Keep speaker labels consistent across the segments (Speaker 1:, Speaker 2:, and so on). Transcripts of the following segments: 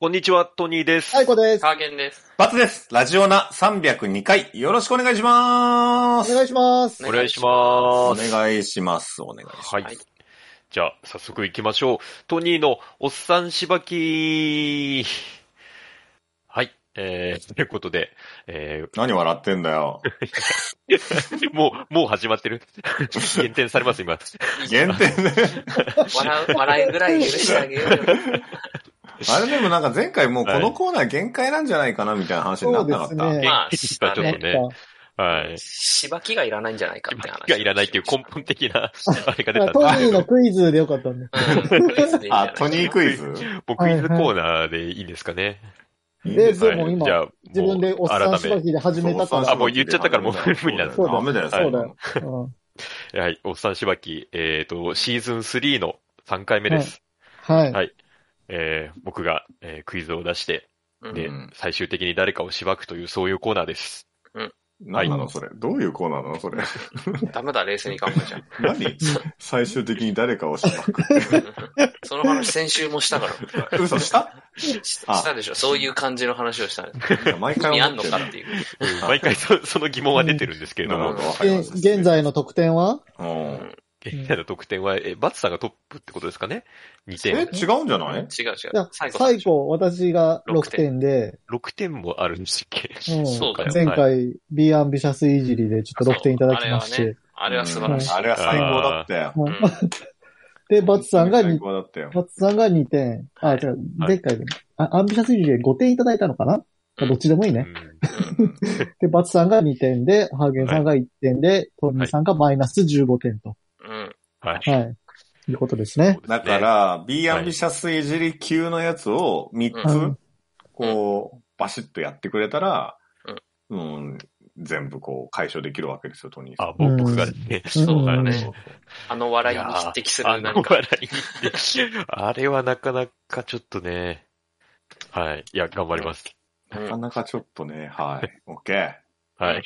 Speaker 1: こんにちは、トニーです。
Speaker 2: はい、これです。
Speaker 3: カーゲン です。
Speaker 4: バツです。ラジオナ302回、よろしくお願いしま
Speaker 2: お
Speaker 4: す。
Speaker 2: 願いします。
Speaker 1: お願いしま
Speaker 4: お
Speaker 1: す。
Speaker 4: 願いします。お願いします。
Speaker 1: はい。じゃあ、早速行きましょう。トニーのおっさんしばき。はい。えー、ということで、え
Speaker 4: 何笑ってんだ よ。
Speaker 1: ー、もう、もう始まってる。減点されます、今。
Speaker 4: 限定ね。
Speaker 3: 笑う、笑いぐらい許してあげようよ。
Speaker 4: あれでもなんか前回もうこのコーナー限界なんじゃないかなみたいな話になってなかっ
Speaker 2: そ
Speaker 4: た。
Speaker 2: うですね
Speaker 3: まあ、
Speaker 1: ちょっと
Speaker 3: ね、
Speaker 1: ね。はい。
Speaker 3: しばきがいらないんじゃないかって話。
Speaker 1: がいらないっていう根本的な、あれが出
Speaker 2: あ
Speaker 1: たん
Speaker 2: ト
Speaker 1: で
Speaker 2: ニ
Speaker 1: すけ
Speaker 2: ーの
Speaker 1: ど、
Speaker 2: クイズでよかったんで。
Speaker 3: うんクイズでいいんじゃない
Speaker 4: あ、トニークイズ
Speaker 1: もうクイズコーナーでいいんですかね。
Speaker 4: いい
Speaker 2: で、
Speaker 4: です
Speaker 2: で
Speaker 1: はい
Speaker 2: も今、
Speaker 1: じゃあ、
Speaker 2: 自分でおっさんしばきで始めたから。
Speaker 1: あもう言っちゃったからもう無理なんです
Speaker 4: そうダメだよ、
Speaker 2: そうだ
Speaker 4: だ
Speaker 2: よ。うん
Speaker 1: はい、おっさんしばき、えっ、と、シーズン3の3回目です。
Speaker 2: はい。
Speaker 1: はいえー、僕が、えークイズを出して、
Speaker 3: うん
Speaker 1: で、
Speaker 4: うん
Speaker 1: 最終的に誰かをしばくという、そういうコーナーです。
Speaker 4: 何なのそれ。どういうコーナーなの それ。
Speaker 3: ダメだ、冷静に考えちゃう。
Speaker 4: 何最終的に誰かをしまく。
Speaker 3: うんその話先週もした から。
Speaker 4: 嘘した
Speaker 3: し
Speaker 4: あ
Speaker 3: したでしょそういう感じの話をした。
Speaker 4: いや毎
Speaker 3: 意味
Speaker 4: 回
Speaker 3: あ
Speaker 4: 思
Speaker 3: んの
Speaker 4: って
Speaker 3: か
Speaker 4: る
Speaker 3: っていう。
Speaker 1: うん毎回そその疑問は出てるんですけれど
Speaker 4: なる
Speaker 1: も
Speaker 4: ほ、ど、わかり
Speaker 2: え
Speaker 4: ました
Speaker 2: 現在の得点は
Speaker 4: うん
Speaker 1: 現在の得点は、え、バツさんがトップってことですかね ?2
Speaker 4: え、違
Speaker 1: 点。
Speaker 4: うんじゃない
Speaker 3: 違う違う
Speaker 2: いや。
Speaker 3: 最後
Speaker 2: 最後、私が6点で、
Speaker 1: 6点もあるんですっけ
Speaker 2: うん
Speaker 3: そうだよ
Speaker 2: 前
Speaker 1: はい
Speaker 2: 回、B アンビシャスいじりでちょっと6点いただきまし
Speaker 3: そう
Speaker 2: て。
Speaker 3: あれは素晴らしい。
Speaker 4: あれは最高だったよ。
Speaker 2: う
Speaker 3: うんん
Speaker 2: で、バツさんが
Speaker 4: 最
Speaker 2: 2、
Speaker 4: 高だったよ。
Speaker 2: バツさんが2点。あ、違う、
Speaker 1: はい
Speaker 2: 前回で、あアンビシャスいじりで5点いただいたのかな
Speaker 3: うん
Speaker 2: どっちでもいいね。で、バツさんが2点で、ハーゲンさんが1点で、トミーさんがマイナス15点と。
Speaker 3: うん。
Speaker 1: はい。
Speaker 2: はい。いうことですね。
Speaker 4: だか、ら、B アンビシャスいじり級のやつを3つ、
Speaker 2: うん
Speaker 4: こう、バシッとやってくれたら、うん、全部こう解消できるわけですよ、トニーさん。
Speaker 1: あ、もう僕がね、
Speaker 3: そうだ
Speaker 2: うん
Speaker 3: ね。あの笑いに匹敵する
Speaker 1: な
Speaker 3: 何か。
Speaker 1: あれはなかなかちょっとね、はい。いや、頑張ります。
Speaker 3: うん
Speaker 4: なかなかちょっとね、はい。オッケー。
Speaker 1: はい。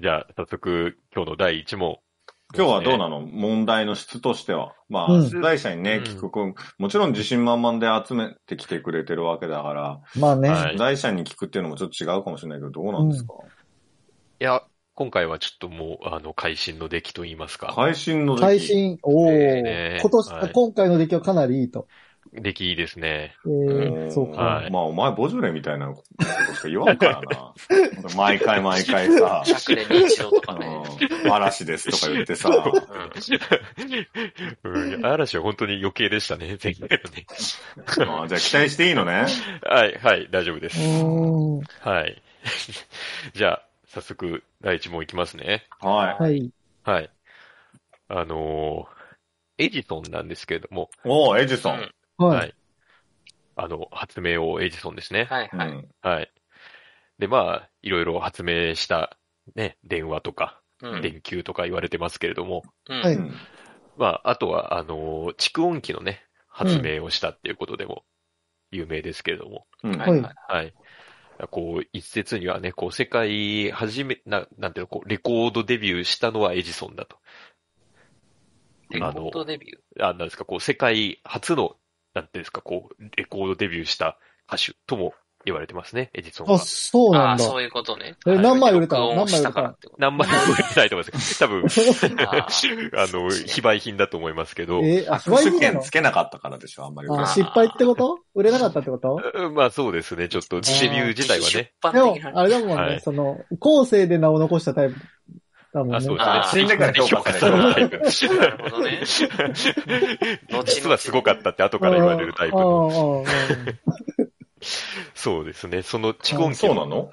Speaker 1: じゃあ、早速、今日の第1問。
Speaker 4: 今日はどうなの問題の質としては。まあ、
Speaker 2: うん
Speaker 4: 出題者にね、
Speaker 1: うん
Speaker 4: 聞くく、もちろん自信満々で集めてきてくれてるわけだから、
Speaker 2: まあね。
Speaker 1: はい
Speaker 4: 出題者に聞くっていうのもちょっと違うかもしれないけど、どうなんですか、
Speaker 1: いや、今回はちょっともう、あの、会心の出来と言いますか。
Speaker 4: 会心の出来
Speaker 2: 最新、お
Speaker 1: え
Speaker 2: ー
Speaker 1: ーね
Speaker 2: 今年、
Speaker 1: はい
Speaker 2: 今回の出来はかなりいいと。
Speaker 1: 出来いいですね。
Speaker 2: え
Speaker 4: う
Speaker 2: ー、
Speaker 4: ん
Speaker 2: そうか。
Speaker 1: はい
Speaker 4: まあ、お前、ボジョレみたいなことしか言わんからな。 毎回毎回 さ、
Speaker 3: 100年に一度と
Speaker 4: あ
Speaker 3: かね
Speaker 4: の。、嵐ですとか言ってさ、
Speaker 1: うん、嵐は本当に余計でした ね、前回のね。
Speaker 4: まあじゃあ期待していいのね。
Speaker 1: はい、はい、大丈夫で
Speaker 2: う
Speaker 1: す。
Speaker 2: ーん。
Speaker 1: はい。 じゃあ、早速、第1問いきますね。
Speaker 4: は
Speaker 2: はい。
Speaker 1: はい。あのーエジソンなんですけれども、
Speaker 4: い。おーエジソ
Speaker 3: うん
Speaker 4: ン。
Speaker 2: は。
Speaker 1: はいいあの、発明王エジソンですね。
Speaker 3: はいはい。
Speaker 4: うん
Speaker 1: はい。で、まあ、いろいろ発明した、ね、電話とか、
Speaker 3: うん
Speaker 1: 電球とか言われてますけれども、
Speaker 3: うん
Speaker 2: は
Speaker 4: う
Speaker 2: い
Speaker 4: ん
Speaker 1: まあ、あとは、あのー蓄音機のね、発明をしたっていうことでも、有名ですけれども、
Speaker 4: うん
Speaker 3: はいはい。
Speaker 1: はい。こう、一説にはね、こう、世界初め、な、なんていうの、こう、レコードデビューしたのはエジソンだと。
Speaker 3: レコードデビュー。
Speaker 1: あ、なんですか、こう、世界初の、なんていうんですか、こう、レコードデビューした歌手とも言われてますね、エジソン
Speaker 2: あ、
Speaker 1: は。
Speaker 2: そう
Speaker 3: あ
Speaker 2: な
Speaker 3: あ、
Speaker 2: ん
Speaker 3: そ
Speaker 2: だ。
Speaker 3: ういうことね。
Speaker 2: え、何枚売れたの
Speaker 3: 録音
Speaker 2: 何枚
Speaker 3: し
Speaker 2: 売
Speaker 3: た
Speaker 2: れた
Speaker 3: からっ
Speaker 2: の
Speaker 3: てこ
Speaker 1: 何枚も売れてないと思い ますけど多分、
Speaker 3: と。ああ
Speaker 1: あの、非売品だと思いますけど、
Speaker 2: え、あ、
Speaker 4: 握手
Speaker 2: 失敗
Speaker 4: 券
Speaker 2: な
Speaker 4: つけなかったからでしょ、あんまり。
Speaker 2: のあ
Speaker 3: あ
Speaker 2: 失敗ってこと売れなかったってこと
Speaker 1: うんまあそうですね、ちょっとデビュー自体はね。
Speaker 3: 出
Speaker 2: でも
Speaker 3: 版的、な
Speaker 2: あれだもんね、
Speaker 1: はい
Speaker 2: その、後世で名を残したタイプだもんね。
Speaker 1: あ、そう
Speaker 3: あー
Speaker 1: ですね。
Speaker 4: 死んでから評価される
Speaker 3: なるほどね。々
Speaker 1: 実はすごかったって後から言われるタイプの。
Speaker 2: の。
Speaker 1: そうですね。その蓄音機
Speaker 4: そう
Speaker 1: の。
Speaker 4: なの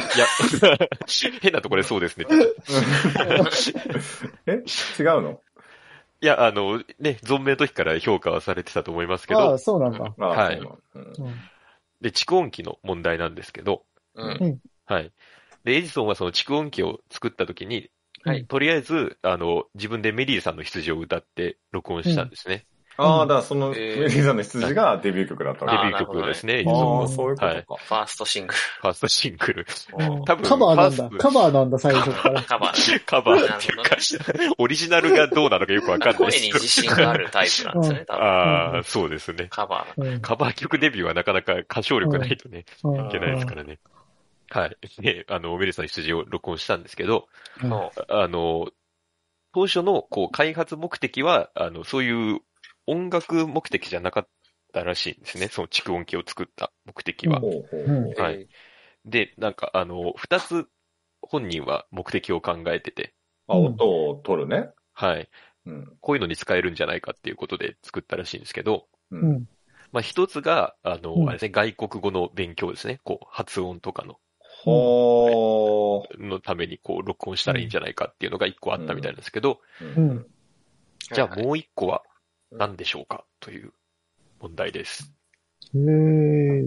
Speaker 1: いや、 変なところでそうですね。
Speaker 4: え違うの
Speaker 1: いや、あの、ね、存命の時から評価はされてたと思います け
Speaker 2: ああ、
Speaker 1: ど、
Speaker 2: そうなんだ。
Speaker 4: あ
Speaker 1: はい
Speaker 4: そうなのうん
Speaker 2: うん
Speaker 1: で、蓄音機の問題なんですけど、
Speaker 3: うん。
Speaker 1: はい。で、エジソンはその蓄音機を作った時に、
Speaker 2: はい
Speaker 1: とりあえず、あの、自分でメリーさんの羊を歌って録音したんですね。
Speaker 4: ああ、だからその、ウ
Speaker 3: えー
Speaker 4: ェディさんの羊がデビュー曲だった
Speaker 1: デ
Speaker 4: わ
Speaker 1: ビ
Speaker 4: け。
Speaker 3: あ
Speaker 1: ュー曲ですね。
Speaker 2: なる
Speaker 4: あ
Speaker 2: ほ
Speaker 4: あ、
Speaker 2: どね
Speaker 4: そういうこと
Speaker 1: はい
Speaker 4: か。
Speaker 3: ファーストシング
Speaker 1: ファーストシングル。
Speaker 2: うん
Speaker 1: 多分
Speaker 2: カバーなん
Speaker 1: ファー
Speaker 2: だ
Speaker 1: ス。ト
Speaker 2: カバーなんだ、最初から
Speaker 3: ル。。カバー。
Speaker 1: カバーっていうか、オリジナルがどうなのかよくわかんない
Speaker 3: 声
Speaker 1: です
Speaker 3: に
Speaker 1: け
Speaker 3: 自信があるタイプなんですよね、多
Speaker 1: ど。
Speaker 3: 分。
Speaker 1: ああ、そうですね。
Speaker 3: カバー。
Speaker 2: うん
Speaker 1: カバー曲デビューはなかなか歌唱力ないとね、
Speaker 2: うん
Speaker 1: いけないですからね。はい。で、あの、メルさんの羊を録音したんですけど、
Speaker 2: うん
Speaker 3: の
Speaker 1: あの、当初のこう開発目的は、あの、そういう音楽目的じゃなかったらしいんですね。その蓄音機を作った目的は。
Speaker 4: ほうほうほう
Speaker 1: はい。で、なんか、あの、二つ本人は目的を考えてて、
Speaker 4: あ、音を取るね。
Speaker 1: はい。
Speaker 4: うん。
Speaker 1: こういうのに使えるんじゃないかっていうことで作ったらしいんですけど、
Speaker 4: う。
Speaker 2: うんん。
Speaker 1: まあ、一つが、あの、
Speaker 2: うん
Speaker 1: あれですね、外国語の勉強ですね。こう、発音とかの、
Speaker 4: ほ
Speaker 1: のために、こう、録音したらいいんじゃないかっていうのが一個あったみたいなんですけど、
Speaker 4: う。
Speaker 2: う
Speaker 4: うんん。
Speaker 1: じゃあもう一個は
Speaker 3: うん
Speaker 1: 何でしょうかという問題です。
Speaker 2: へえ。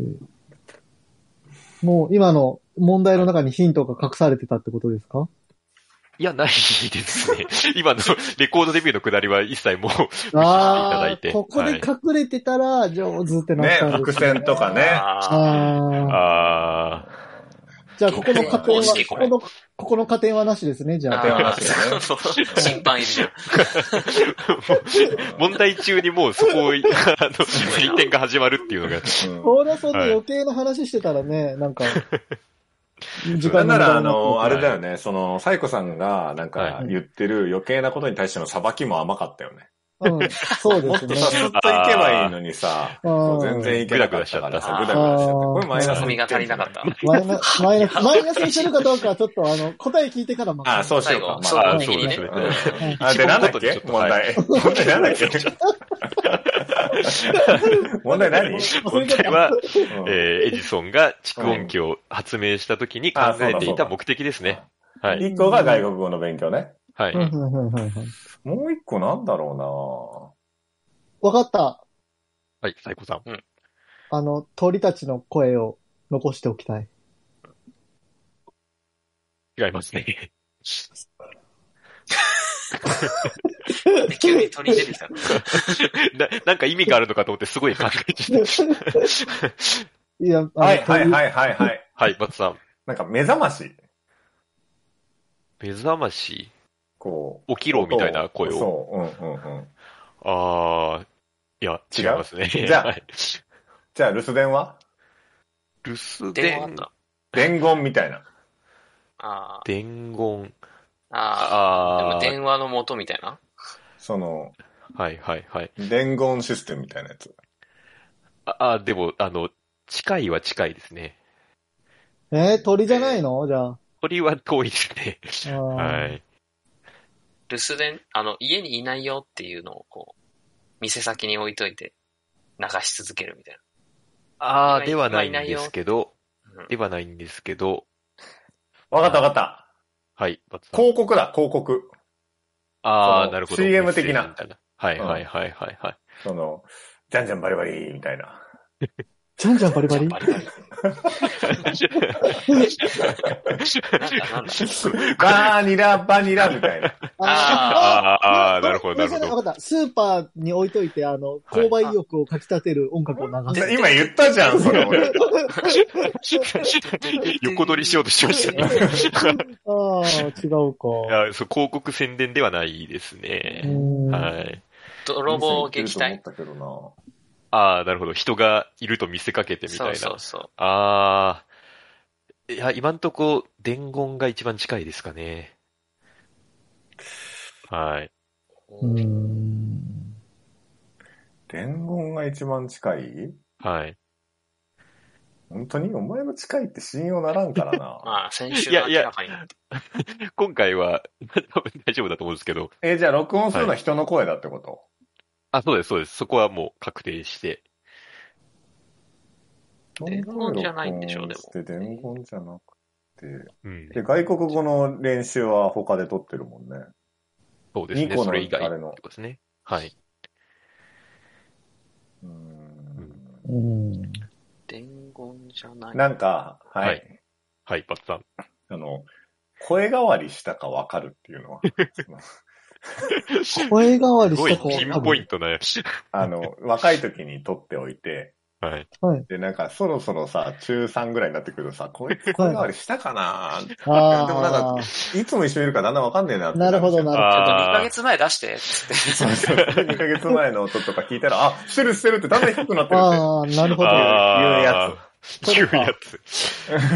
Speaker 2: もう今の問題の中にヒントが隠されてたってことですか
Speaker 1: いや、ないですね。 今のレコードデビューのくだりは一切もう、無視していただ
Speaker 2: あ
Speaker 1: い
Speaker 2: あ、
Speaker 1: て。
Speaker 2: ここ
Speaker 1: は
Speaker 2: で
Speaker 1: い
Speaker 2: 隠れてたら上手ってなっ
Speaker 4: ね、
Speaker 2: たんで
Speaker 4: 伏
Speaker 2: すね。
Speaker 4: 線とかね。
Speaker 3: あ
Speaker 2: ああ。
Speaker 1: あー
Speaker 2: じゃあ、ここの加点は、
Speaker 3: 公式
Speaker 2: ここの、ここの加点はなしですね、じゃ
Speaker 3: ー
Speaker 2: あ。
Speaker 4: 点は
Speaker 3: あ
Speaker 4: なしだよ
Speaker 3: ー、
Speaker 4: ね
Speaker 3: そうそう審判いるじゃん。
Speaker 1: 問題中にもうそこを、あの、採点が始まるっていうのが、
Speaker 4: うん
Speaker 2: オーナーさんの余計な話してたらね、なんか、時間
Speaker 4: なん
Speaker 2: に
Speaker 4: な
Speaker 2: 無駄
Speaker 4: ら、あ
Speaker 2: になっ
Speaker 4: の、
Speaker 1: は
Speaker 4: あ
Speaker 1: い
Speaker 4: れだよね、その、サイコさんが、な
Speaker 1: は
Speaker 4: んか
Speaker 2: い、
Speaker 4: 言ってる余計なことに対しての裁きも甘かったよね。
Speaker 2: てうん、そうで
Speaker 4: もっ
Speaker 2: す
Speaker 4: と
Speaker 2: ね。
Speaker 4: さ、スッといけばいいのにさ、
Speaker 2: あー
Speaker 4: 全然いけなかったからさ、
Speaker 3: グ
Speaker 4: ぐ
Speaker 3: ダ
Speaker 4: だ
Speaker 2: グ
Speaker 4: ぐ
Speaker 2: ダ
Speaker 4: だ
Speaker 2: しちゃった
Speaker 4: しちゃっ。これマイナス
Speaker 3: 踏みが足りなかった。
Speaker 2: マイナマイナマイナスにしてるかどうかはちょっとあの、答え聞いてからま
Speaker 4: あ、そうしようか。
Speaker 3: 最後
Speaker 4: ま
Speaker 1: 総
Speaker 4: あ
Speaker 1: 合的にね
Speaker 4: そう
Speaker 1: うん
Speaker 4: ですね
Speaker 1: うん
Speaker 4: あ、で、なんだっ
Speaker 1: 一
Speaker 4: け
Speaker 1: 問ごと
Speaker 4: 問
Speaker 1: に
Speaker 4: 題。問題なんだっけ問題何
Speaker 1: 問題は、
Speaker 4: うん
Speaker 1: えーエジソンが蓄音機を発明した時に考えていた目的ですね。はい。
Speaker 4: 一個が外国語の勉強ね。
Speaker 1: は
Speaker 2: うんう
Speaker 1: い。
Speaker 2: んうんうんうん
Speaker 4: もう一個なんだろ
Speaker 2: わかった。
Speaker 1: はい、サイコさん。
Speaker 2: あの、鳥たちの声を残しておきたい。
Speaker 1: 違いますね。
Speaker 3: で急に鳥出てきた。
Speaker 1: な、なんか意味があるのかと思ってすごい考えて た。
Speaker 2: いや、
Speaker 4: うなはいはい
Speaker 2: い。
Speaker 4: はいはいはい。
Speaker 1: はい、松さん。
Speaker 4: なんか目覚まし。
Speaker 1: 目覚まし、
Speaker 4: こ
Speaker 1: 起
Speaker 4: う。
Speaker 1: きろみたいな声を。
Speaker 4: そう、うんうんうん。
Speaker 1: あー、いや、違
Speaker 4: 違
Speaker 1: いうますね。
Speaker 4: じゃあ
Speaker 1: はい
Speaker 4: じゃあ留守電は
Speaker 1: 留守
Speaker 3: 電話あ
Speaker 1: 電
Speaker 3: っ、た。
Speaker 4: 伝言みたいな。
Speaker 3: あー
Speaker 1: 伝言。
Speaker 3: あー。でも
Speaker 1: あー、
Speaker 3: 電話の元みたいな。
Speaker 4: その、
Speaker 1: はいはいはい。
Speaker 4: 伝言システムみたいなやつ。
Speaker 1: ああー、でも、あの、近いは近いですね。
Speaker 2: えー鳥じゃないのじゃあ。
Speaker 1: 鳥は遠いですね。
Speaker 2: あー
Speaker 1: はい。
Speaker 3: 留守電、あの、家にいないよっていうのをこう、店先に置いといて、流し続けるみたい
Speaker 1: あー、
Speaker 3: 今
Speaker 1: ではないん
Speaker 3: 今いない
Speaker 1: で
Speaker 3: よ
Speaker 1: すけど、
Speaker 3: な。
Speaker 1: ではないんですけど、
Speaker 4: わかったわかった。
Speaker 1: はい、松さん。
Speaker 4: 広告だ、広告。
Speaker 1: あ
Speaker 4: そ
Speaker 1: ー、
Speaker 4: う
Speaker 1: なるほど。
Speaker 4: CM 的な
Speaker 1: メッセージみたいな。はいはいはいはいはい。
Speaker 4: その、じゃんじゃんバリバリみたいな。
Speaker 2: じゃんじゃんバリバリ
Speaker 3: バリバリ。なんだなんだ。
Speaker 4: バーニラ、バニラみた いな。
Speaker 3: あ
Speaker 1: ああ
Speaker 2: あ
Speaker 1: あー、なるほど、なるほど。
Speaker 2: わかった。スーパーに置いといて、あの、購買意欲をかき立てる音楽を流す。
Speaker 4: 今言ったじゃん、そ れ俺。
Speaker 1: 横取りしようとしましたね。
Speaker 2: ああ、違うか。
Speaker 1: あそう広告宣伝ではないです
Speaker 2: う
Speaker 1: ね。
Speaker 2: ん
Speaker 1: はい。
Speaker 3: 泥棒撃
Speaker 4: 言
Speaker 3: 退
Speaker 4: ってると思った
Speaker 1: ああ、なるほど。人がいると見せかけてみたい
Speaker 3: そ
Speaker 1: な。
Speaker 3: うそうそう。
Speaker 1: ああ。いや、今んとこ、伝言が一番近いですかね。はい。
Speaker 2: うん
Speaker 4: けどな伝言が一番近い
Speaker 1: はい。
Speaker 4: 本当にお前の近いって信用ならんからな。
Speaker 3: まあ、先週明らかになった。
Speaker 1: 今回は、 多分大丈夫だと思うんですけど。
Speaker 4: え、じゃあ録音するのは人の声だってこと、
Speaker 1: あ、そうです、そうです。そこはもう確定して。
Speaker 3: 伝言じゃないんでしょうでも
Speaker 4: 録音して伝言じゃなく
Speaker 1: うん
Speaker 4: て。。で、外国語の練習は他で撮ってるもんね。
Speaker 1: そうですね。
Speaker 4: 二個の
Speaker 1: それ以外
Speaker 4: あれの
Speaker 1: ってことですね。はい。
Speaker 4: うーん。
Speaker 2: うん
Speaker 3: 伝言じゃない。
Speaker 4: なんか、はい。
Speaker 1: はいはい、バッツさん。
Speaker 4: あの、声変わりしたかわかるっていうのは、その
Speaker 2: 声変わり
Speaker 1: すご
Speaker 2: し
Speaker 1: い
Speaker 2: た子
Speaker 1: ピンポイントなやつ。
Speaker 4: あの、若い時に撮っておいて、
Speaker 1: はい。
Speaker 4: で、なんかそろそろさ、中3ぐらいになってくるとさ、こいつ声変わりしたかな
Speaker 2: 多分あー
Speaker 4: でもなんか、いつも一緒にいるからだんだんわかんねえなって
Speaker 2: なるほど、なる
Speaker 3: ちょっと2
Speaker 1: あ
Speaker 3: ヶ
Speaker 1: ー
Speaker 3: 月前出して、つって。
Speaker 4: そうそう。2ヶ月前の音とか聞いたら、あ、してるしてるってだんだん低くなって
Speaker 2: ほ
Speaker 4: る
Speaker 2: ど。あ
Speaker 4: っ
Speaker 2: あ、なるほど。
Speaker 1: あー言
Speaker 2: 言う
Speaker 1: うや
Speaker 2: や
Speaker 1: つ。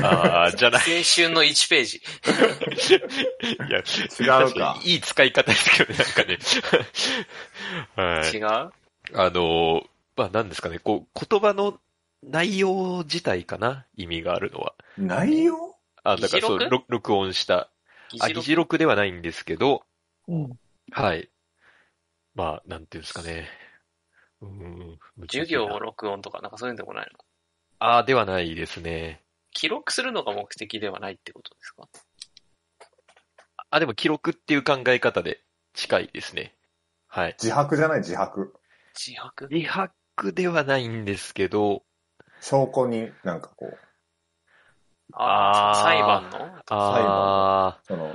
Speaker 1: ああ、じゃな
Speaker 3: 青
Speaker 1: い。
Speaker 3: 春の1ページ。
Speaker 1: いや、
Speaker 4: 違うか
Speaker 1: 確にいい使い方ですけどね、なんかね。 はい。
Speaker 3: 違う
Speaker 1: あの、まあ、なんですかね、こう、言葉の内容自体かな意味があるのは。
Speaker 4: て。内容
Speaker 1: あ、だからそう、
Speaker 3: 議事録
Speaker 1: 録録音した。
Speaker 3: 議
Speaker 1: あ、議
Speaker 3: 事録
Speaker 1: 事録ではないんですけど、
Speaker 2: うん。
Speaker 1: はい。まあ、なんていうんですかね。うーん。
Speaker 3: 授業を録音とか、なんかそういうのでもないの
Speaker 1: ああ、ではないですね。
Speaker 3: 記録するのが目的ではないってことですか
Speaker 1: あ、でも記録っていう考え方で近いですね。はい。
Speaker 4: 自白じゃない自白。
Speaker 3: 自白
Speaker 1: 自白ではないんですけど、
Speaker 4: 証拠になんかこう、
Speaker 3: あ
Speaker 1: あー
Speaker 3: あ、裁判の
Speaker 1: あ
Speaker 4: その、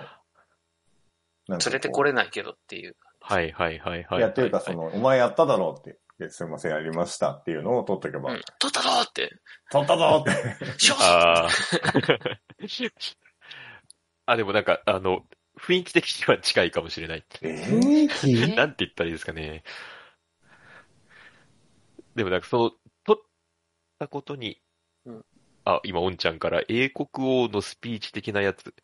Speaker 4: なんか
Speaker 3: 連れてこれないけどっていう。
Speaker 1: あ、はいはいはいはい。
Speaker 4: いや、っていうかその、お前やっただろうって。いやすいません、やりましたっていうのを取っとけば、
Speaker 3: うん。取ったぞ って。
Speaker 4: 取ったぞって。
Speaker 3: 勝
Speaker 1: ああ。 あ、でもなんか、あの、雰囲気的には近いかもしれない。
Speaker 4: え
Speaker 2: 雰囲気
Speaker 1: なんて言ったらいいですかね。でもなんかその、取ったことに
Speaker 3: うん、
Speaker 1: あ、今、おんちゃんから、英国王のスピーチ的なやつ。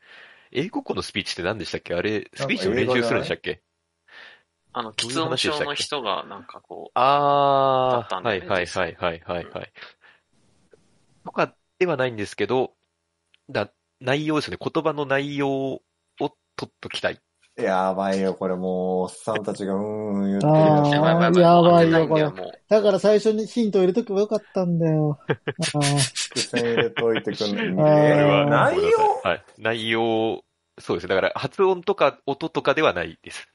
Speaker 1: 英国王のスピーチって何でしたっけあれ、スピーチの練習するんでしたっけ
Speaker 3: あの、
Speaker 1: どうい
Speaker 3: 喫
Speaker 1: う
Speaker 3: 音
Speaker 1: 話でしたっけ
Speaker 3: 症の人がなんかこだ
Speaker 1: あ
Speaker 3: った
Speaker 1: あ、
Speaker 3: んだ
Speaker 1: は
Speaker 3: よ
Speaker 1: い
Speaker 3: ね
Speaker 1: はいはいはいはいはい。とかではないんですけど、だ、内容ですね。言葉の内容を取っときたい。
Speaker 4: ーやばいよ、これもう、おっさんたちがうーん言ってる
Speaker 2: あ
Speaker 3: う、
Speaker 2: ー
Speaker 4: や
Speaker 3: や
Speaker 4: つ
Speaker 3: ばいやばい
Speaker 2: やばい
Speaker 3: 危
Speaker 2: よ
Speaker 3: なんだ
Speaker 2: こ
Speaker 3: もう。
Speaker 2: だから最初にヒント入れとけばよかったんだよ。あー
Speaker 4: 伏線入れといてく ん
Speaker 2: あー
Speaker 4: えー
Speaker 2: これ
Speaker 1: ごめ
Speaker 2: は
Speaker 4: 内
Speaker 1: んなさ
Speaker 4: 容
Speaker 1: いはい。内容、そうですね。だから発音とか音とかではないです。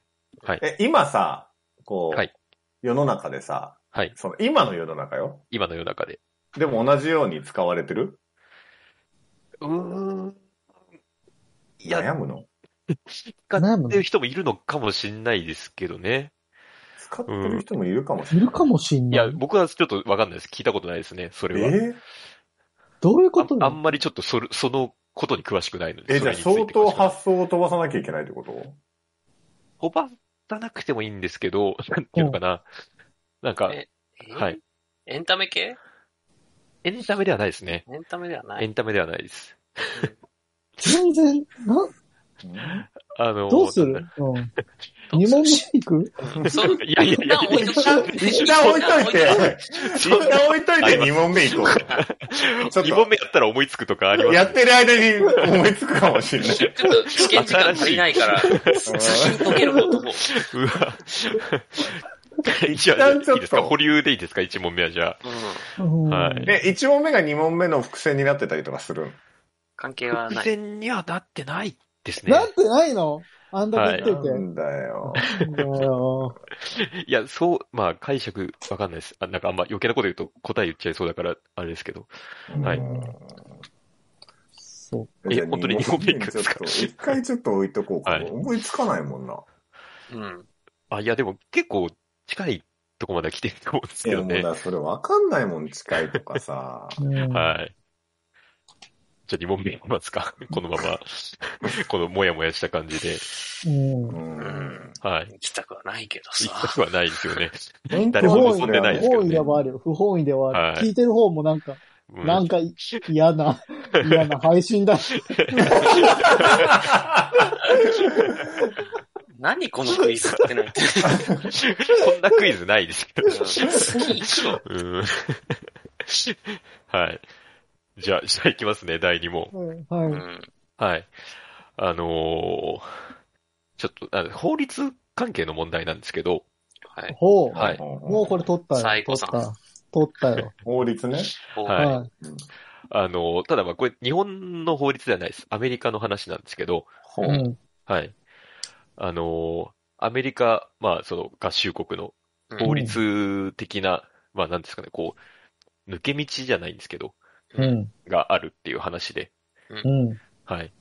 Speaker 4: え、今さ、こう、
Speaker 1: はい
Speaker 4: 世の中でさ、
Speaker 1: はい。
Speaker 4: その今の世の中よ。
Speaker 1: 今の世の中で。
Speaker 4: でも同じように使われてる
Speaker 1: うーん。いや、
Speaker 4: 悩むの
Speaker 1: 使
Speaker 2: 悩
Speaker 1: っ
Speaker 2: む
Speaker 1: てる人もいるのかもしれないですけどね。
Speaker 4: 使ってる人もいるかもし
Speaker 2: い
Speaker 4: れない。
Speaker 2: るかもしん
Speaker 1: い
Speaker 2: な
Speaker 1: や、
Speaker 2: い。
Speaker 1: 僕はちょっとわかんないです。聞いたことないですね。それは。
Speaker 4: えー
Speaker 2: どういうこと
Speaker 1: あ
Speaker 2: なの
Speaker 1: んまりちょっとそれ、そのことに詳しくないので。
Speaker 4: え、じゃあ
Speaker 1: それ
Speaker 4: 相
Speaker 1: について詳し
Speaker 4: 当
Speaker 1: くない
Speaker 4: 発想を飛ばさなきゃいけないってこと
Speaker 1: 飛ばさなくてもいいんですけど、なんていうのかな。なんか、
Speaker 3: ええ
Speaker 1: はい。
Speaker 3: エンタメ系
Speaker 1: エンタメではないですね。
Speaker 3: エンタメではな
Speaker 1: エ
Speaker 3: い。
Speaker 1: ンタメではないです。
Speaker 2: 全然、な、
Speaker 1: あの、
Speaker 2: どうす
Speaker 1: なん
Speaker 2: る
Speaker 1: だ
Speaker 2: うん。二問目いく
Speaker 3: うんそう。
Speaker 1: いやいやいや
Speaker 3: 一旦置いとくな
Speaker 4: 一旦置いといて、 一
Speaker 1: そう
Speaker 4: 旦置いといて
Speaker 1: あります
Speaker 4: 2問目行こちょっと
Speaker 1: 二本目やったら思いつくとかありま
Speaker 4: う。
Speaker 1: す
Speaker 4: やってる間に思いつくかも しれない。
Speaker 3: ちょっと試験時間足りないから、先解ける方とこう。
Speaker 1: うわ。一応、
Speaker 4: 旦ちょっと
Speaker 1: いいですか保留でいいですか一問目はじゃあ。
Speaker 3: うん。
Speaker 2: うん
Speaker 1: はい
Speaker 4: え、1問目が2問目の伏線になってたりとかする
Speaker 3: 関係はない。
Speaker 1: 然にはなってないですね
Speaker 2: な。ってないのあんだけ言っ
Speaker 4: の
Speaker 2: て
Speaker 4: な
Speaker 2: て。
Speaker 4: んだよ。
Speaker 2: なんだよ
Speaker 1: いや、そう、まあ解釈わかんないです。あなんかあんま余計なこと言うと答え言っちゃいそうだから、あれですけど。はい
Speaker 2: そう。
Speaker 1: え本当に二問目行くん
Speaker 4: ち
Speaker 1: で
Speaker 4: ょっ
Speaker 1: すか
Speaker 4: と、一回ちょっと置いとこうか
Speaker 1: は
Speaker 4: な。
Speaker 1: い
Speaker 4: 思いつかないもんな。
Speaker 3: うん。
Speaker 1: あ、いやでも結構近いとこまで来てると思うんです
Speaker 4: い
Speaker 1: け
Speaker 4: や、
Speaker 1: ど
Speaker 4: もうだ
Speaker 1: ね
Speaker 4: か。らそれわかんないもん、近いとかさ。
Speaker 2: うん
Speaker 1: はい。じゃあ2問目いきますか。このまま、このもやもやした感じで。
Speaker 2: うん
Speaker 4: う。ん。
Speaker 1: はい。
Speaker 3: 行きたくはないけど
Speaker 1: 行き
Speaker 3: さ。
Speaker 1: たくはないですよね。
Speaker 4: 誰
Speaker 1: も
Speaker 4: 望んでないで
Speaker 2: 不
Speaker 4: す
Speaker 1: けど
Speaker 2: 本
Speaker 1: ね
Speaker 2: 意ではあるよ。不本意ではある。
Speaker 1: はい
Speaker 2: 聞いてる方もなんか、
Speaker 1: うん
Speaker 2: なんか嫌な、嫌な配信だ。
Speaker 3: 何このクイズってなって。
Speaker 1: こんなクイズないですけど。
Speaker 3: 次行くの
Speaker 1: うんはい。じゃあ、じゃあ行きますね、第2問。
Speaker 2: うん
Speaker 3: う
Speaker 2: はい。
Speaker 3: ん。
Speaker 1: はい。あのーちょっとあの、法律関係の問題なんですけど、
Speaker 3: はい。
Speaker 2: ほう。
Speaker 1: はい
Speaker 2: もうこれ取ったよ。
Speaker 3: 最後
Speaker 2: 取
Speaker 3: さん
Speaker 2: った。取ったよ。
Speaker 4: 法律ね。
Speaker 1: はい
Speaker 2: はい。
Speaker 4: うん
Speaker 1: あのーただまあこれ日本の法律ではないです。アメリカの話なんですけど、
Speaker 4: ほ
Speaker 2: う
Speaker 4: う。
Speaker 2: ん。
Speaker 1: はい。あのーアメリカ、まあその合衆国の法律的な、まあなんですかね、こう、抜け道じゃないんですけど、
Speaker 2: うん。
Speaker 1: があるっていう話で、
Speaker 2: うん。
Speaker 1: はい。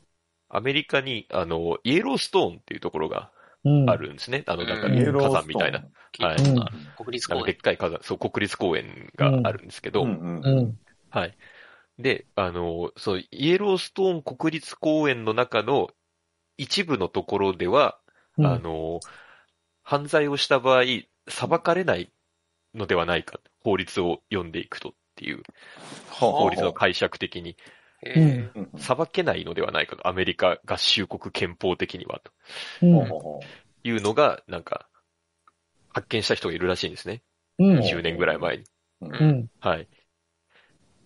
Speaker 1: アメリカに、あの、イエローストーンっていうところが
Speaker 2: うん。
Speaker 1: あるんですね。あの、なんか、
Speaker 3: うん
Speaker 4: イエロー
Speaker 1: 火
Speaker 4: ストーン
Speaker 1: 山みたいな。
Speaker 3: 聞いた
Speaker 1: は
Speaker 3: こ
Speaker 1: い
Speaker 3: と
Speaker 2: う
Speaker 3: が
Speaker 2: ん
Speaker 3: ある。国立
Speaker 1: あの
Speaker 3: 公
Speaker 1: でっ
Speaker 3: 園。
Speaker 1: かい火山、そう、国立公園があるんですけど、
Speaker 4: うんうん
Speaker 2: うん。
Speaker 1: はい。で、あの、そう、イエローストーン国立公園の中の一部のところでは、
Speaker 2: うん
Speaker 1: あの、犯罪をした場合、裁かれないのではないか、法律を読んでいくとっていう、
Speaker 4: はあ
Speaker 1: 法律の解釈的に、
Speaker 3: へ
Speaker 2: うん
Speaker 3: ー
Speaker 4: うんうん
Speaker 1: 裁けないのではないかと、アメリカ合衆国憲法的には、と
Speaker 2: うん
Speaker 4: ほうほうほ
Speaker 1: いうのが、なんか、発見した人がいるらしいんですね。
Speaker 2: うん。
Speaker 1: 10年ぐらい前に。
Speaker 4: ううん
Speaker 2: うん。
Speaker 1: はい。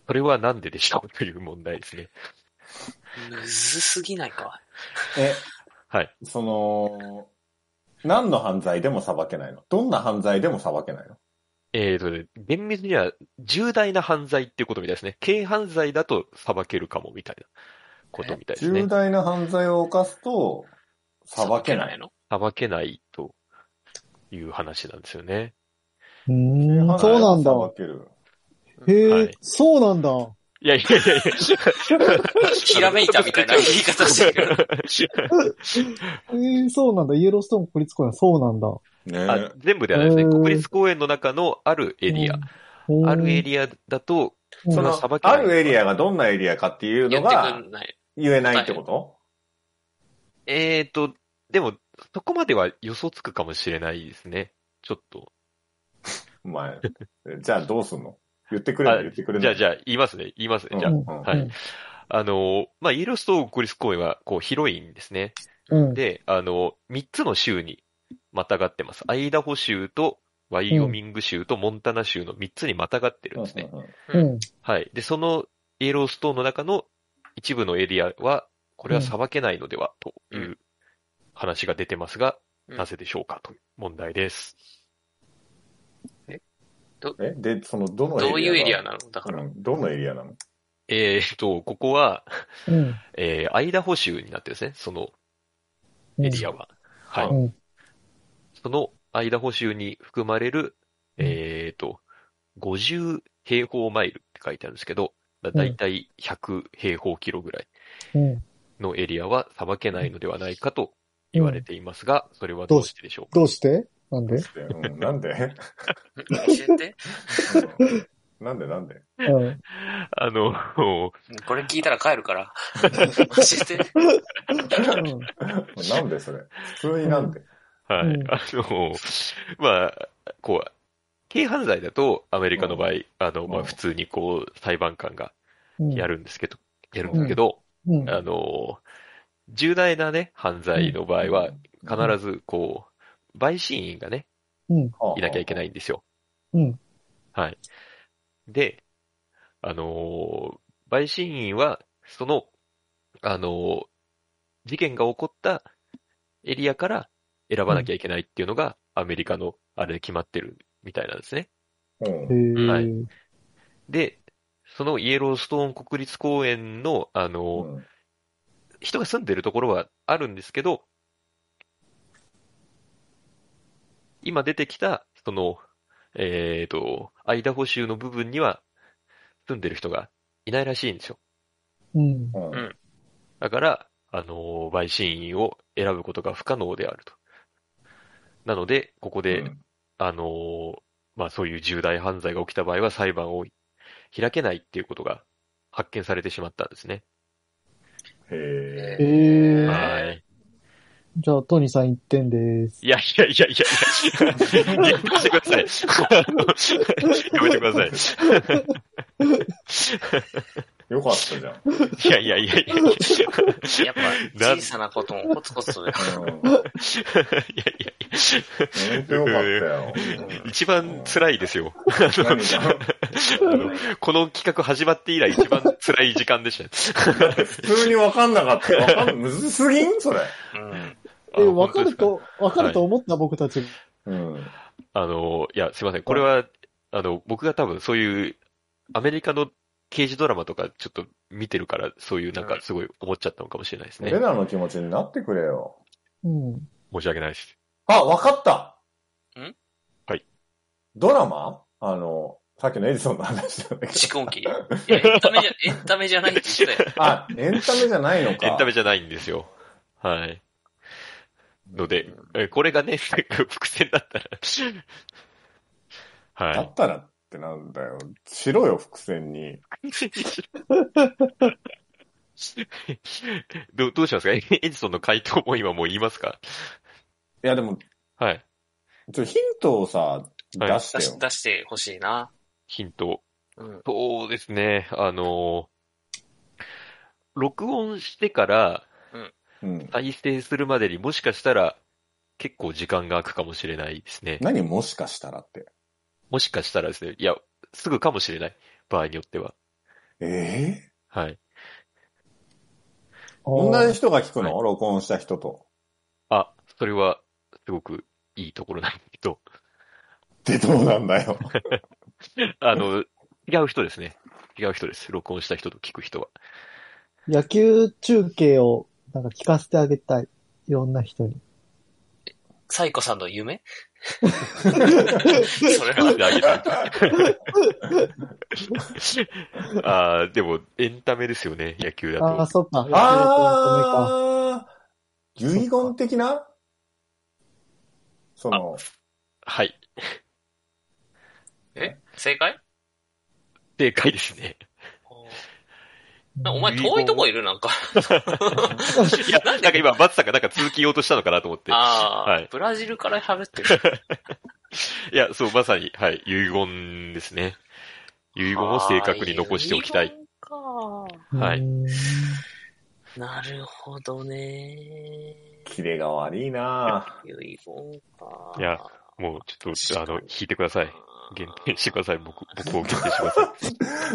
Speaker 1: それはなんででしょうという問題ですね。
Speaker 3: むずすぎないか。
Speaker 4: え、
Speaker 1: はい。
Speaker 4: その、何の犯罪でも裁けないのどんな犯罪でも裁けないの
Speaker 1: えーとね、厳密には重大な犯罪っていうことみたいですね。軽犯罪だと裁けるかもみたいなことみたいです
Speaker 4: 重
Speaker 1: ね。
Speaker 4: 大な犯罪を犯すと、裁けない。
Speaker 3: の
Speaker 1: 裁けないという話なんですよね。
Speaker 2: う
Speaker 4: 軽
Speaker 2: ん。
Speaker 4: 犯
Speaker 2: そ
Speaker 4: 罪
Speaker 2: うなんだ。
Speaker 4: を裁ける。
Speaker 2: へ
Speaker 1: は
Speaker 2: え
Speaker 1: い、
Speaker 2: そうなんだ。
Speaker 1: いやいやいやいや。
Speaker 3: ひらめいたみたいな言い方してるけど。
Speaker 2: ええ、そうなんだ。イエローストーン国立公園はそうなんだ。
Speaker 1: あ
Speaker 4: ね
Speaker 1: 全部ではないです
Speaker 2: う
Speaker 1: ね。
Speaker 2: ん
Speaker 1: 国立公園の中のあるエリア。
Speaker 2: うん。
Speaker 1: あるエリアだと、
Speaker 2: ア
Speaker 4: そ
Speaker 1: まあ
Speaker 4: の
Speaker 1: 裁けない、
Speaker 4: あるエリアがどんなエリアかっていう
Speaker 3: 言
Speaker 4: の
Speaker 3: ってく
Speaker 4: が
Speaker 3: んない。
Speaker 4: 言えないってこと
Speaker 1: えーと、でも、そこまでは予想つくかもしれないですね。ちょっと。
Speaker 4: お前。じゃあどうすんの言ってくれる
Speaker 1: あ
Speaker 4: 言ってくれる
Speaker 1: じゃあ、じゃあ、言いますね。言いますね。じゃあ
Speaker 2: うん、
Speaker 1: は
Speaker 2: う
Speaker 1: い
Speaker 2: ん。
Speaker 1: あのー、まあ、イエローストーン国立公園は、こう、広いんですね。
Speaker 2: うん。
Speaker 1: で、あの、3つの州にまたがってます。アイダホ州とワイオミング州とモンタナ州の3つにまたがってるんですね。
Speaker 2: うん。
Speaker 1: はい。で、そのイエローストーンの中の一部のエリアは、これは裁けないのでは、という話が出てますが、
Speaker 3: うん
Speaker 1: なぜでしょうかという問題です。
Speaker 4: え、で、その、どのエリア
Speaker 3: どういうエリア
Speaker 4: な
Speaker 3: なのだから。
Speaker 4: のどのエリアなの
Speaker 1: えーっと、ここは、
Speaker 2: うん。
Speaker 1: えー、アイダホ州になってるんですね、そのエリアは。は
Speaker 2: う
Speaker 1: い。
Speaker 2: ん。
Speaker 1: そのアイダホ州に含まれる、えーと、50平方マイルって書いてあるんですけど、だだいたい100平方キロぐらい
Speaker 2: うん。
Speaker 1: のエリアは裁けないのではないかと言われていますが、それはどうしてでしょうか
Speaker 2: どうしてなん で
Speaker 4: ってうんなんで
Speaker 3: 教えて。
Speaker 4: なんでなんで
Speaker 2: うん。
Speaker 1: あの、
Speaker 3: これ聞いたら帰るから。教えて。
Speaker 4: なんでそれ普通になんで
Speaker 1: はい、
Speaker 2: うん
Speaker 1: あの、まあ、こう、軽犯罪だとアメリカの場合、あの、ま
Speaker 4: う
Speaker 1: あ
Speaker 4: ん。
Speaker 1: 普通にこう、裁判官が
Speaker 2: うん。
Speaker 1: やるんですけど、やるんですけど、
Speaker 2: うん。
Speaker 1: あの、重大なね、犯罪の場合は、必ずこう、陪審員がね、いなきゃいけないいんですよ。
Speaker 2: うん。
Speaker 1: はい。で、あのー陪審員は、その、あのー事件が起こったエリアから選ばなきゃいけないっていうのが、アメリカのあれで決まってるみたいなんですね。
Speaker 4: うん
Speaker 2: へえ。
Speaker 1: はいで、そのイエローストーン国立公園の、あのー
Speaker 4: うん
Speaker 1: 人が住んでるところはあるんですけど、今出てきた、その、えっ、と、アイダホ州の部分には住んでる人がいないらしいんですよ。
Speaker 2: うん。
Speaker 4: うん
Speaker 3: うん
Speaker 1: だから、あのー、陪審員を選ぶことが不可能であると。なので、ここで、
Speaker 4: うん
Speaker 1: あのー、まあそういう重大犯罪が起きた場合は裁判を開けないっていうことが発見されてしまったんですね。
Speaker 4: へ
Speaker 2: へ
Speaker 4: え。
Speaker 2: え。
Speaker 1: はい。
Speaker 2: じゃあ、トニーさん1点です。
Speaker 1: いやいやいやいやいや、やめてください。やめてくださ
Speaker 4: よかったじゃん。
Speaker 1: い。いやいやいやいや。
Speaker 3: やっぱ、
Speaker 1: なん
Speaker 3: 小さなこともコツコツ。
Speaker 4: うん
Speaker 1: いやいやい
Speaker 4: 本当よかったよ。
Speaker 1: や。一番辛いですよ。
Speaker 4: 何が
Speaker 1: あのこの企画始まって以来一番辛い時間でしたね。
Speaker 4: 普通に分かんなかったよ。分かん、むずすぎんそれ。
Speaker 1: あ
Speaker 2: え、
Speaker 3: うん。
Speaker 2: わ
Speaker 1: 本
Speaker 2: か
Speaker 1: 当で
Speaker 2: る
Speaker 1: すか
Speaker 2: と、わかると思った僕たち。
Speaker 4: うん。
Speaker 1: あの、いや、すいません。これは、あの、僕が多分そういう、アメリカの刑事ドラマとかちょっと見てるから、そういうなんかすごい思っちゃったのかもしれないですね
Speaker 4: 俺。らの気持ちになってくれよ。
Speaker 2: うん。
Speaker 1: 申し訳ないです。
Speaker 4: あ、分かった
Speaker 3: ん
Speaker 1: はい。
Speaker 4: ドラマあの、さっきのエジソンの話だけど。
Speaker 3: 蓄音機。い やエンタメじゃ、エンタメじゃないって言ってたよ。
Speaker 4: あ、エンタメじゃないのか。
Speaker 1: エンタメじゃないんですよ。はい。ので、えこれがね、 伏線だったら
Speaker 4: だ
Speaker 1: は
Speaker 4: ったらってなんだよ。しろよ、伏線に。
Speaker 1: い。どうどうしますかエジソンの回答も今もう言いますか
Speaker 4: いや、でも、
Speaker 1: はい。
Speaker 4: ちょヒントをさ、出し
Speaker 3: 出
Speaker 4: てよ
Speaker 3: し。出してほしいな。
Speaker 1: ヒント。
Speaker 3: うん。
Speaker 1: そうですね。あの録音してから
Speaker 4: うん。
Speaker 1: 再生するまでにもしかしたら結構時間が空くかもしれないですね。
Speaker 4: 何もしかしたらって。
Speaker 1: もしかしたらですね。いや、すぐかもしれない。場合によっては。
Speaker 4: ええ
Speaker 1: はい。
Speaker 4: 同じ人が聞くの、
Speaker 1: は
Speaker 4: 録音した人と。
Speaker 1: あ、それはすごくいいところなんですけど。
Speaker 4: で、どうなんだよ。
Speaker 1: あの、違う人ですね。違う人です。録音した人と聞く人は。
Speaker 2: 野球中継をなんか聞かせてあげたい。いろんな人 に。
Speaker 3: サイコさんの夢それは、
Speaker 1: あげた あーでも、エンタメですよね、野球だ
Speaker 2: ああ、
Speaker 1: と。
Speaker 2: そっか。あ
Speaker 4: あー、遺言的なその、
Speaker 1: はい。
Speaker 3: え正解
Speaker 1: 正解ですね。
Speaker 3: なお前遠いとこいるなんか。
Speaker 1: いや、なんか今、松さんがなんか続きようとしたのかなと思って。
Speaker 3: ああ、
Speaker 1: はい
Speaker 3: ブラジルから喋ってる。
Speaker 1: いや、そう、まさに、はい、遺言ですね。遺言を正確に残しておきた
Speaker 3: あー
Speaker 1: い。。
Speaker 3: 遺言か
Speaker 1: はい。
Speaker 3: なるほどね。
Speaker 4: キレが悪いな
Speaker 3: 遺言か。
Speaker 1: いや、もう、ちょっと、あの、引いてください。限定してください。僕、僕を限定してくださ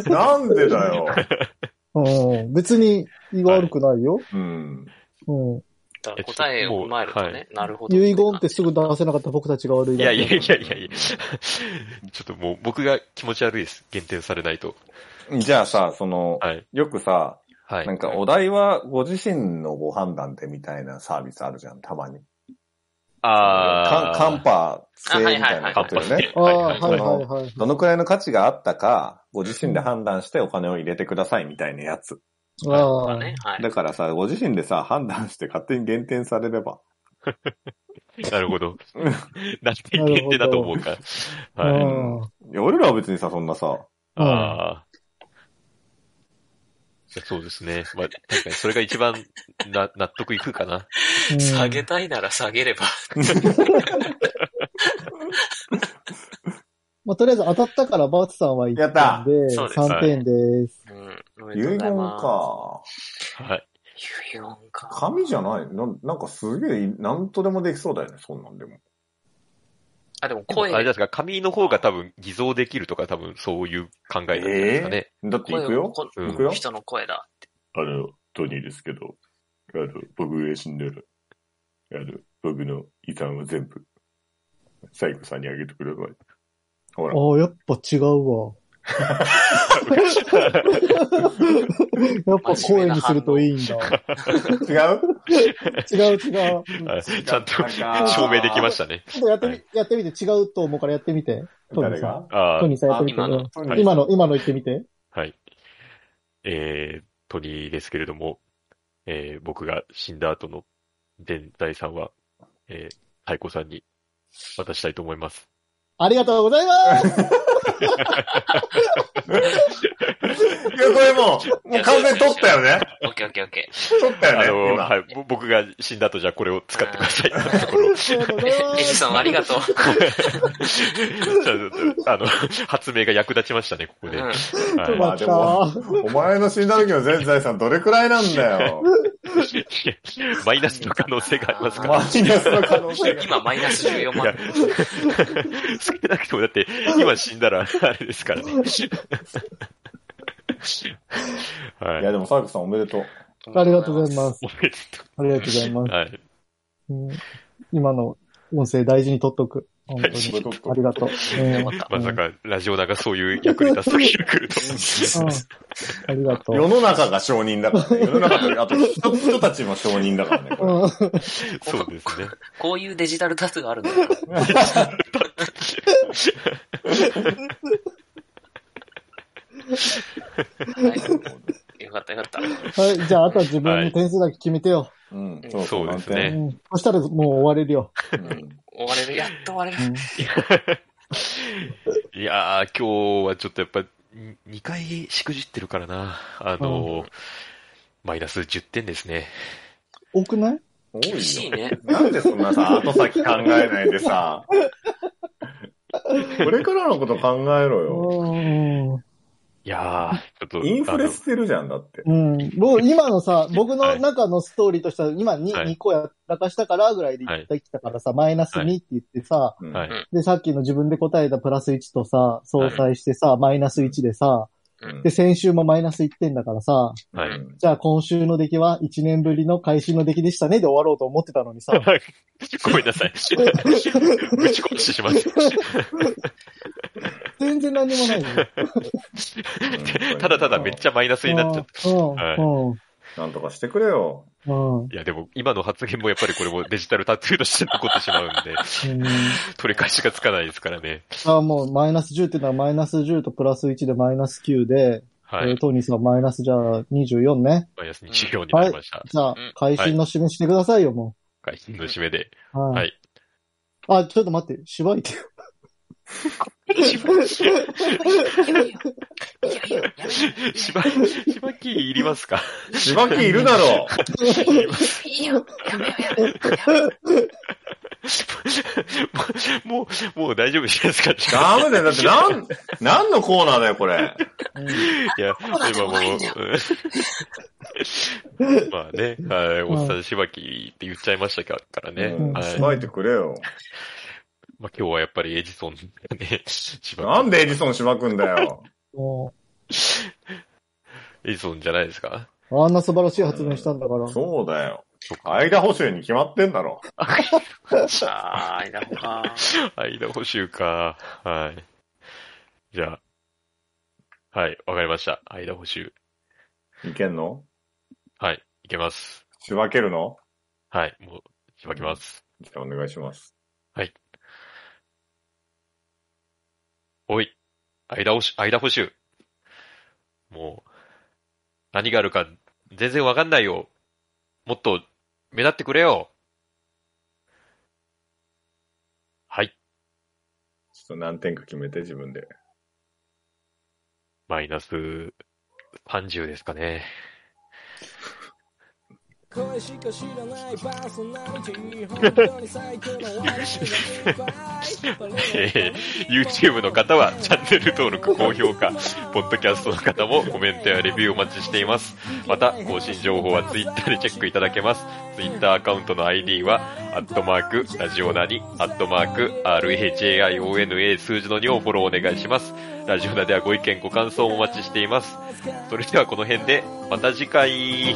Speaker 1: い。
Speaker 4: なんで だよ。
Speaker 2: うん。別に、言わ悪くないよ。
Speaker 4: うん。
Speaker 2: うん。
Speaker 3: だから答えを踏まえると
Speaker 1: いや
Speaker 3: ね、なるほど。
Speaker 2: 遺言ってすぐ出せなかった僕たちが悪い
Speaker 1: い
Speaker 2: だ
Speaker 1: や
Speaker 2: け
Speaker 1: いやいやいやいや。ちょっともう、僕が気持ち悪いです。減点されないと。
Speaker 4: じゃあさ、その、
Speaker 1: はい。
Speaker 4: よくさ、
Speaker 1: はい。
Speaker 4: なんかお題はご自身のご判断でみたいなサービスあるじゃん、たまに。
Speaker 1: あ
Speaker 4: カン
Speaker 1: ー
Speaker 4: カンパ制みたい
Speaker 3: あはいはいは
Speaker 4: ないことよね。
Speaker 2: ああ、はいはいはい。
Speaker 4: どのくらいの価値があったか、ご自身で判断してお金を入れてくださいみたいなやつ。
Speaker 2: あ
Speaker 3: ま
Speaker 2: あ
Speaker 3: あ、ね、はい。
Speaker 4: だからさ、ご自身でさ、判断して勝手に減点されれば。
Speaker 1: なるほど。なんて限定だと思うか。はい。
Speaker 2: うん
Speaker 4: いや、俺らは別にさ、そんなさ、
Speaker 1: ああ。そうですね。まあ、確かにそれが一番な 納得いくかな。
Speaker 3: 下げたいなら下げれば。
Speaker 2: まあ、とりあえず当たったから、バーツさんは1
Speaker 4: やった
Speaker 2: 点で、
Speaker 3: そうです
Speaker 2: 3点です。
Speaker 3: うん。おめ
Speaker 4: 遺
Speaker 3: でとう
Speaker 4: 言
Speaker 3: ございます。
Speaker 4: か。
Speaker 1: はい。
Speaker 3: 遺言か。
Speaker 4: 紙じゃないなんなんかすげえ、なんとでもできそうだよね、そんなんでも。
Speaker 3: あ、でも
Speaker 1: あれじゃない
Speaker 3: 声、
Speaker 1: ですか、紙の方が多分偽造できるとか多分そういう考えなんじゃないですかね。
Speaker 4: だって行く
Speaker 3: 声を
Speaker 4: よ。
Speaker 3: こ
Speaker 1: うん
Speaker 4: 行くよ。
Speaker 3: 人の声だ。
Speaker 4: あの、トニーですけど、あの、僕が死んだら、あの、僕の遺産は全部、サイコさんにあげてください。ほら、
Speaker 2: ああ、やっぱ違うわ。やっぱ声にするといいんだ。
Speaker 4: 違う
Speaker 2: 違う違う。
Speaker 1: はいちゃんと
Speaker 4: 違ったか
Speaker 1: 証明できましたね。
Speaker 2: ちょっとやってみ、やってみて、違うと思うからやってみて。トニー
Speaker 4: 誰
Speaker 2: さ
Speaker 4: が
Speaker 2: ん。
Speaker 1: あ
Speaker 2: トニーさんやってみて。
Speaker 3: 今の
Speaker 2: うん
Speaker 4: はい
Speaker 2: 今の、今の言ってみて。
Speaker 1: あ、はい。えー、トニーですけれども、えー、僕が死んだ後の全財産は、えー、太鼓さんに渡したいと思います。
Speaker 2: ありがとうございます
Speaker 4: いや、これもう、もう完全に取ったよね。
Speaker 3: オッケーオッケーオッケー。
Speaker 4: 取った
Speaker 1: あ
Speaker 4: よね、
Speaker 1: の、
Speaker 4: 今。
Speaker 1: はい、ぼ僕が死んだ後じゃあこれを使ってくだ さい。 今のところ。
Speaker 2: ありがとうございま
Speaker 3: エジ
Speaker 2: す
Speaker 3: ソンありがとう。
Speaker 1: ちょっとあの、発明が役立ちましたね、ここ
Speaker 3: う
Speaker 1: で。
Speaker 3: ん
Speaker 1: はい。
Speaker 2: よか
Speaker 4: ま あ
Speaker 2: っ
Speaker 4: で
Speaker 2: た。
Speaker 4: もお前の死んだ時の全財産どれくらいなんだよ。
Speaker 1: マイナスの可能性がありますか
Speaker 4: マイナ
Speaker 1: ら。
Speaker 4: スの可能性が。
Speaker 3: 今マイナス14
Speaker 1: いや
Speaker 3: 万。、
Speaker 1: 少なくともだって、今死んだら、あれです からね。はい
Speaker 4: いや、。でもサイコさんおめでとう。
Speaker 2: ありがとうございます。
Speaker 1: おめでと
Speaker 2: ありがとうございうます。
Speaker 1: はい。
Speaker 2: うん今の音声大事に取っとく。本当に
Speaker 1: 大事
Speaker 4: に取っとく
Speaker 2: ありがとう。うん
Speaker 3: よかった
Speaker 1: まさか、ラジオナがそういう役に立つ時が来ると。
Speaker 2: うんありがと
Speaker 4: 世
Speaker 2: う。
Speaker 4: の中が承認だからね。世の中と、あと人人たちも承認だからね。これ
Speaker 2: うん
Speaker 1: そうですね。
Speaker 3: こういうデジタルタスがあ るんだよ。はい。よかったよかった。
Speaker 2: はい、じゃあ、あとは自分の点数だけ決めてよ。
Speaker 4: うん、
Speaker 1: そうですね
Speaker 2: うん。そしたらもう終われるよ。
Speaker 4: 満点。うん
Speaker 3: 終われる、やっと終われる。
Speaker 1: いやー、今日はちょっとやっぱ、2回しくじってるからな。あのー、マイナス10点ですね。
Speaker 2: 多くない
Speaker 4: 多いよ
Speaker 3: 厳しいね。
Speaker 4: なんでそんなさ、後先考えないでさ、これからのこと考えろよ。
Speaker 2: うん。
Speaker 1: いやー、ちょっと、
Speaker 4: インフレしてるじゃん、だって。
Speaker 2: うん。もう今のさ、僕の
Speaker 1: はい
Speaker 2: 中のストーリーとしては、今に
Speaker 1: はい
Speaker 2: 2個やらかしたからぐらいで
Speaker 1: はい
Speaker 2: 言ってきたからさ、マイナス2って言ってさ、
Speaker 4: うん
Speaker 1: はい
Speaker 2: で、さっきの自分で答えたプラス1とさ、相殺してさ、マイナス1でさ、
Speaker 4: うん
Speaker 2: で、先週もマイナス1点だからさ、
Speaker 1: あのは
Speaker 4: う
Speaker 1: い。
Speaker 4: ん
Speaker 2: じゃあ今週の出来は1年ぶりの会心の出来でしたねで終わろうと思ってたのにさ。
Speaker 1: ごめんなさい。ぶち壊してしまって。
Speaker 2: 全然何にもな いよ。
Speaker 1: ただただめっちゃマイナスになっちゃった。
Speaker 2: うん。
Speaker 4: なんとかしてくれよ。
Speaker 2: うん。うん。
Speaker 1: いや、でも今の発言もやっぱりこれもデジタルタトゥーとして残ってしまうんで、
Speaker 2: うん
Speaker 1: 取り返しがつかないですからね。
Speaker 2: あもうマイナス10っていうのはマイナス10とプラス1でマイナス9で、
Speaker 1: はい。
Speaker 2: えー、トーニーさんマイナスじゃあ24ね。
Speaker 1: マイナス24になりました。
Speaker 2: じゃあ
Speaker 3: うん、
Speaker 2: 会心の示してくださいよ、も
Speaker 1: 会心の締めで。
Speaker 2: う。はい
Speaker 1: はい。
Speaker 2: あ、ちょっと待って、しばいてよ。
Speaker 3: やめよう。やめよう。やめよ
Speaker 1: しば、しばきいりますか
Speaker 4: しばきいるだろ
Speaker 3: う。いいよ。やめよう。やめよう。
Speaker 1: もう、もう大丈夫じゃないですか
Speaker 4: ダメだよ。だって、なん、なんのコーナーだよ、これ。
Speaker 1: いや、
Speaker 3: うなんで
Speaker 1: 今も
Speaker 3: もないんだよ
Speaker 1: う、うん まあね、はい、おっさんしばきって言っちゃいましたからね。
Speaker 4: うん
Speaker 1: はい
Speaker 4: し。ばいてくれよ。
Speaker 1: まあ今日はやっぱりエジソンが ね、しばき
Speaker 4: なんでエジソンしばくんだ よ。
Speaker 2: も
Speaker 1: エジソンじゃないですか
Speaker 2: う、あんな素晴らしい発明したんだから。
Speaker 4: そうだよ。間補修に決まってんだろ。
Speaker 3: あー、いだほか。
Speaker 1: 間補修か。はい。じゃあ。はい、わかりました。間補修。
Speaker 4: いけんの
Speaker 1: はい、いけます。
Speaker 4: しばけるの
Speaker 1: はい、もう、しばきます。
Speaker 4: じゃあお願いします。
Speaker 1: おい、間補修、間補修。もう、何があるか全然わかんないよ。もっと、目立ってくれよ。はい、
Speaker 4: ちょっと何点か決めて、自分で。
Speaker 1: マイナス30ですかね。
Speaker 5: 声しか知らないパーソナリティ本当に最高の笑いがいっぱい
Speaker 1: えー YouTube の方はチャンネル登録、高評価、ポッドキャストの方もコメントやレビューお待ちしています。また、更新情報は Twitter でチェックいただけます。Twitter アカウントの ID は、アットマーク、ラジオナに、アットマーク、RHAIONA 数字の2をフォローお願いします。ラジオナではご意見、ご感想もお待ちしています。それではこの辺で、また次回。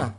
Speaker 5: な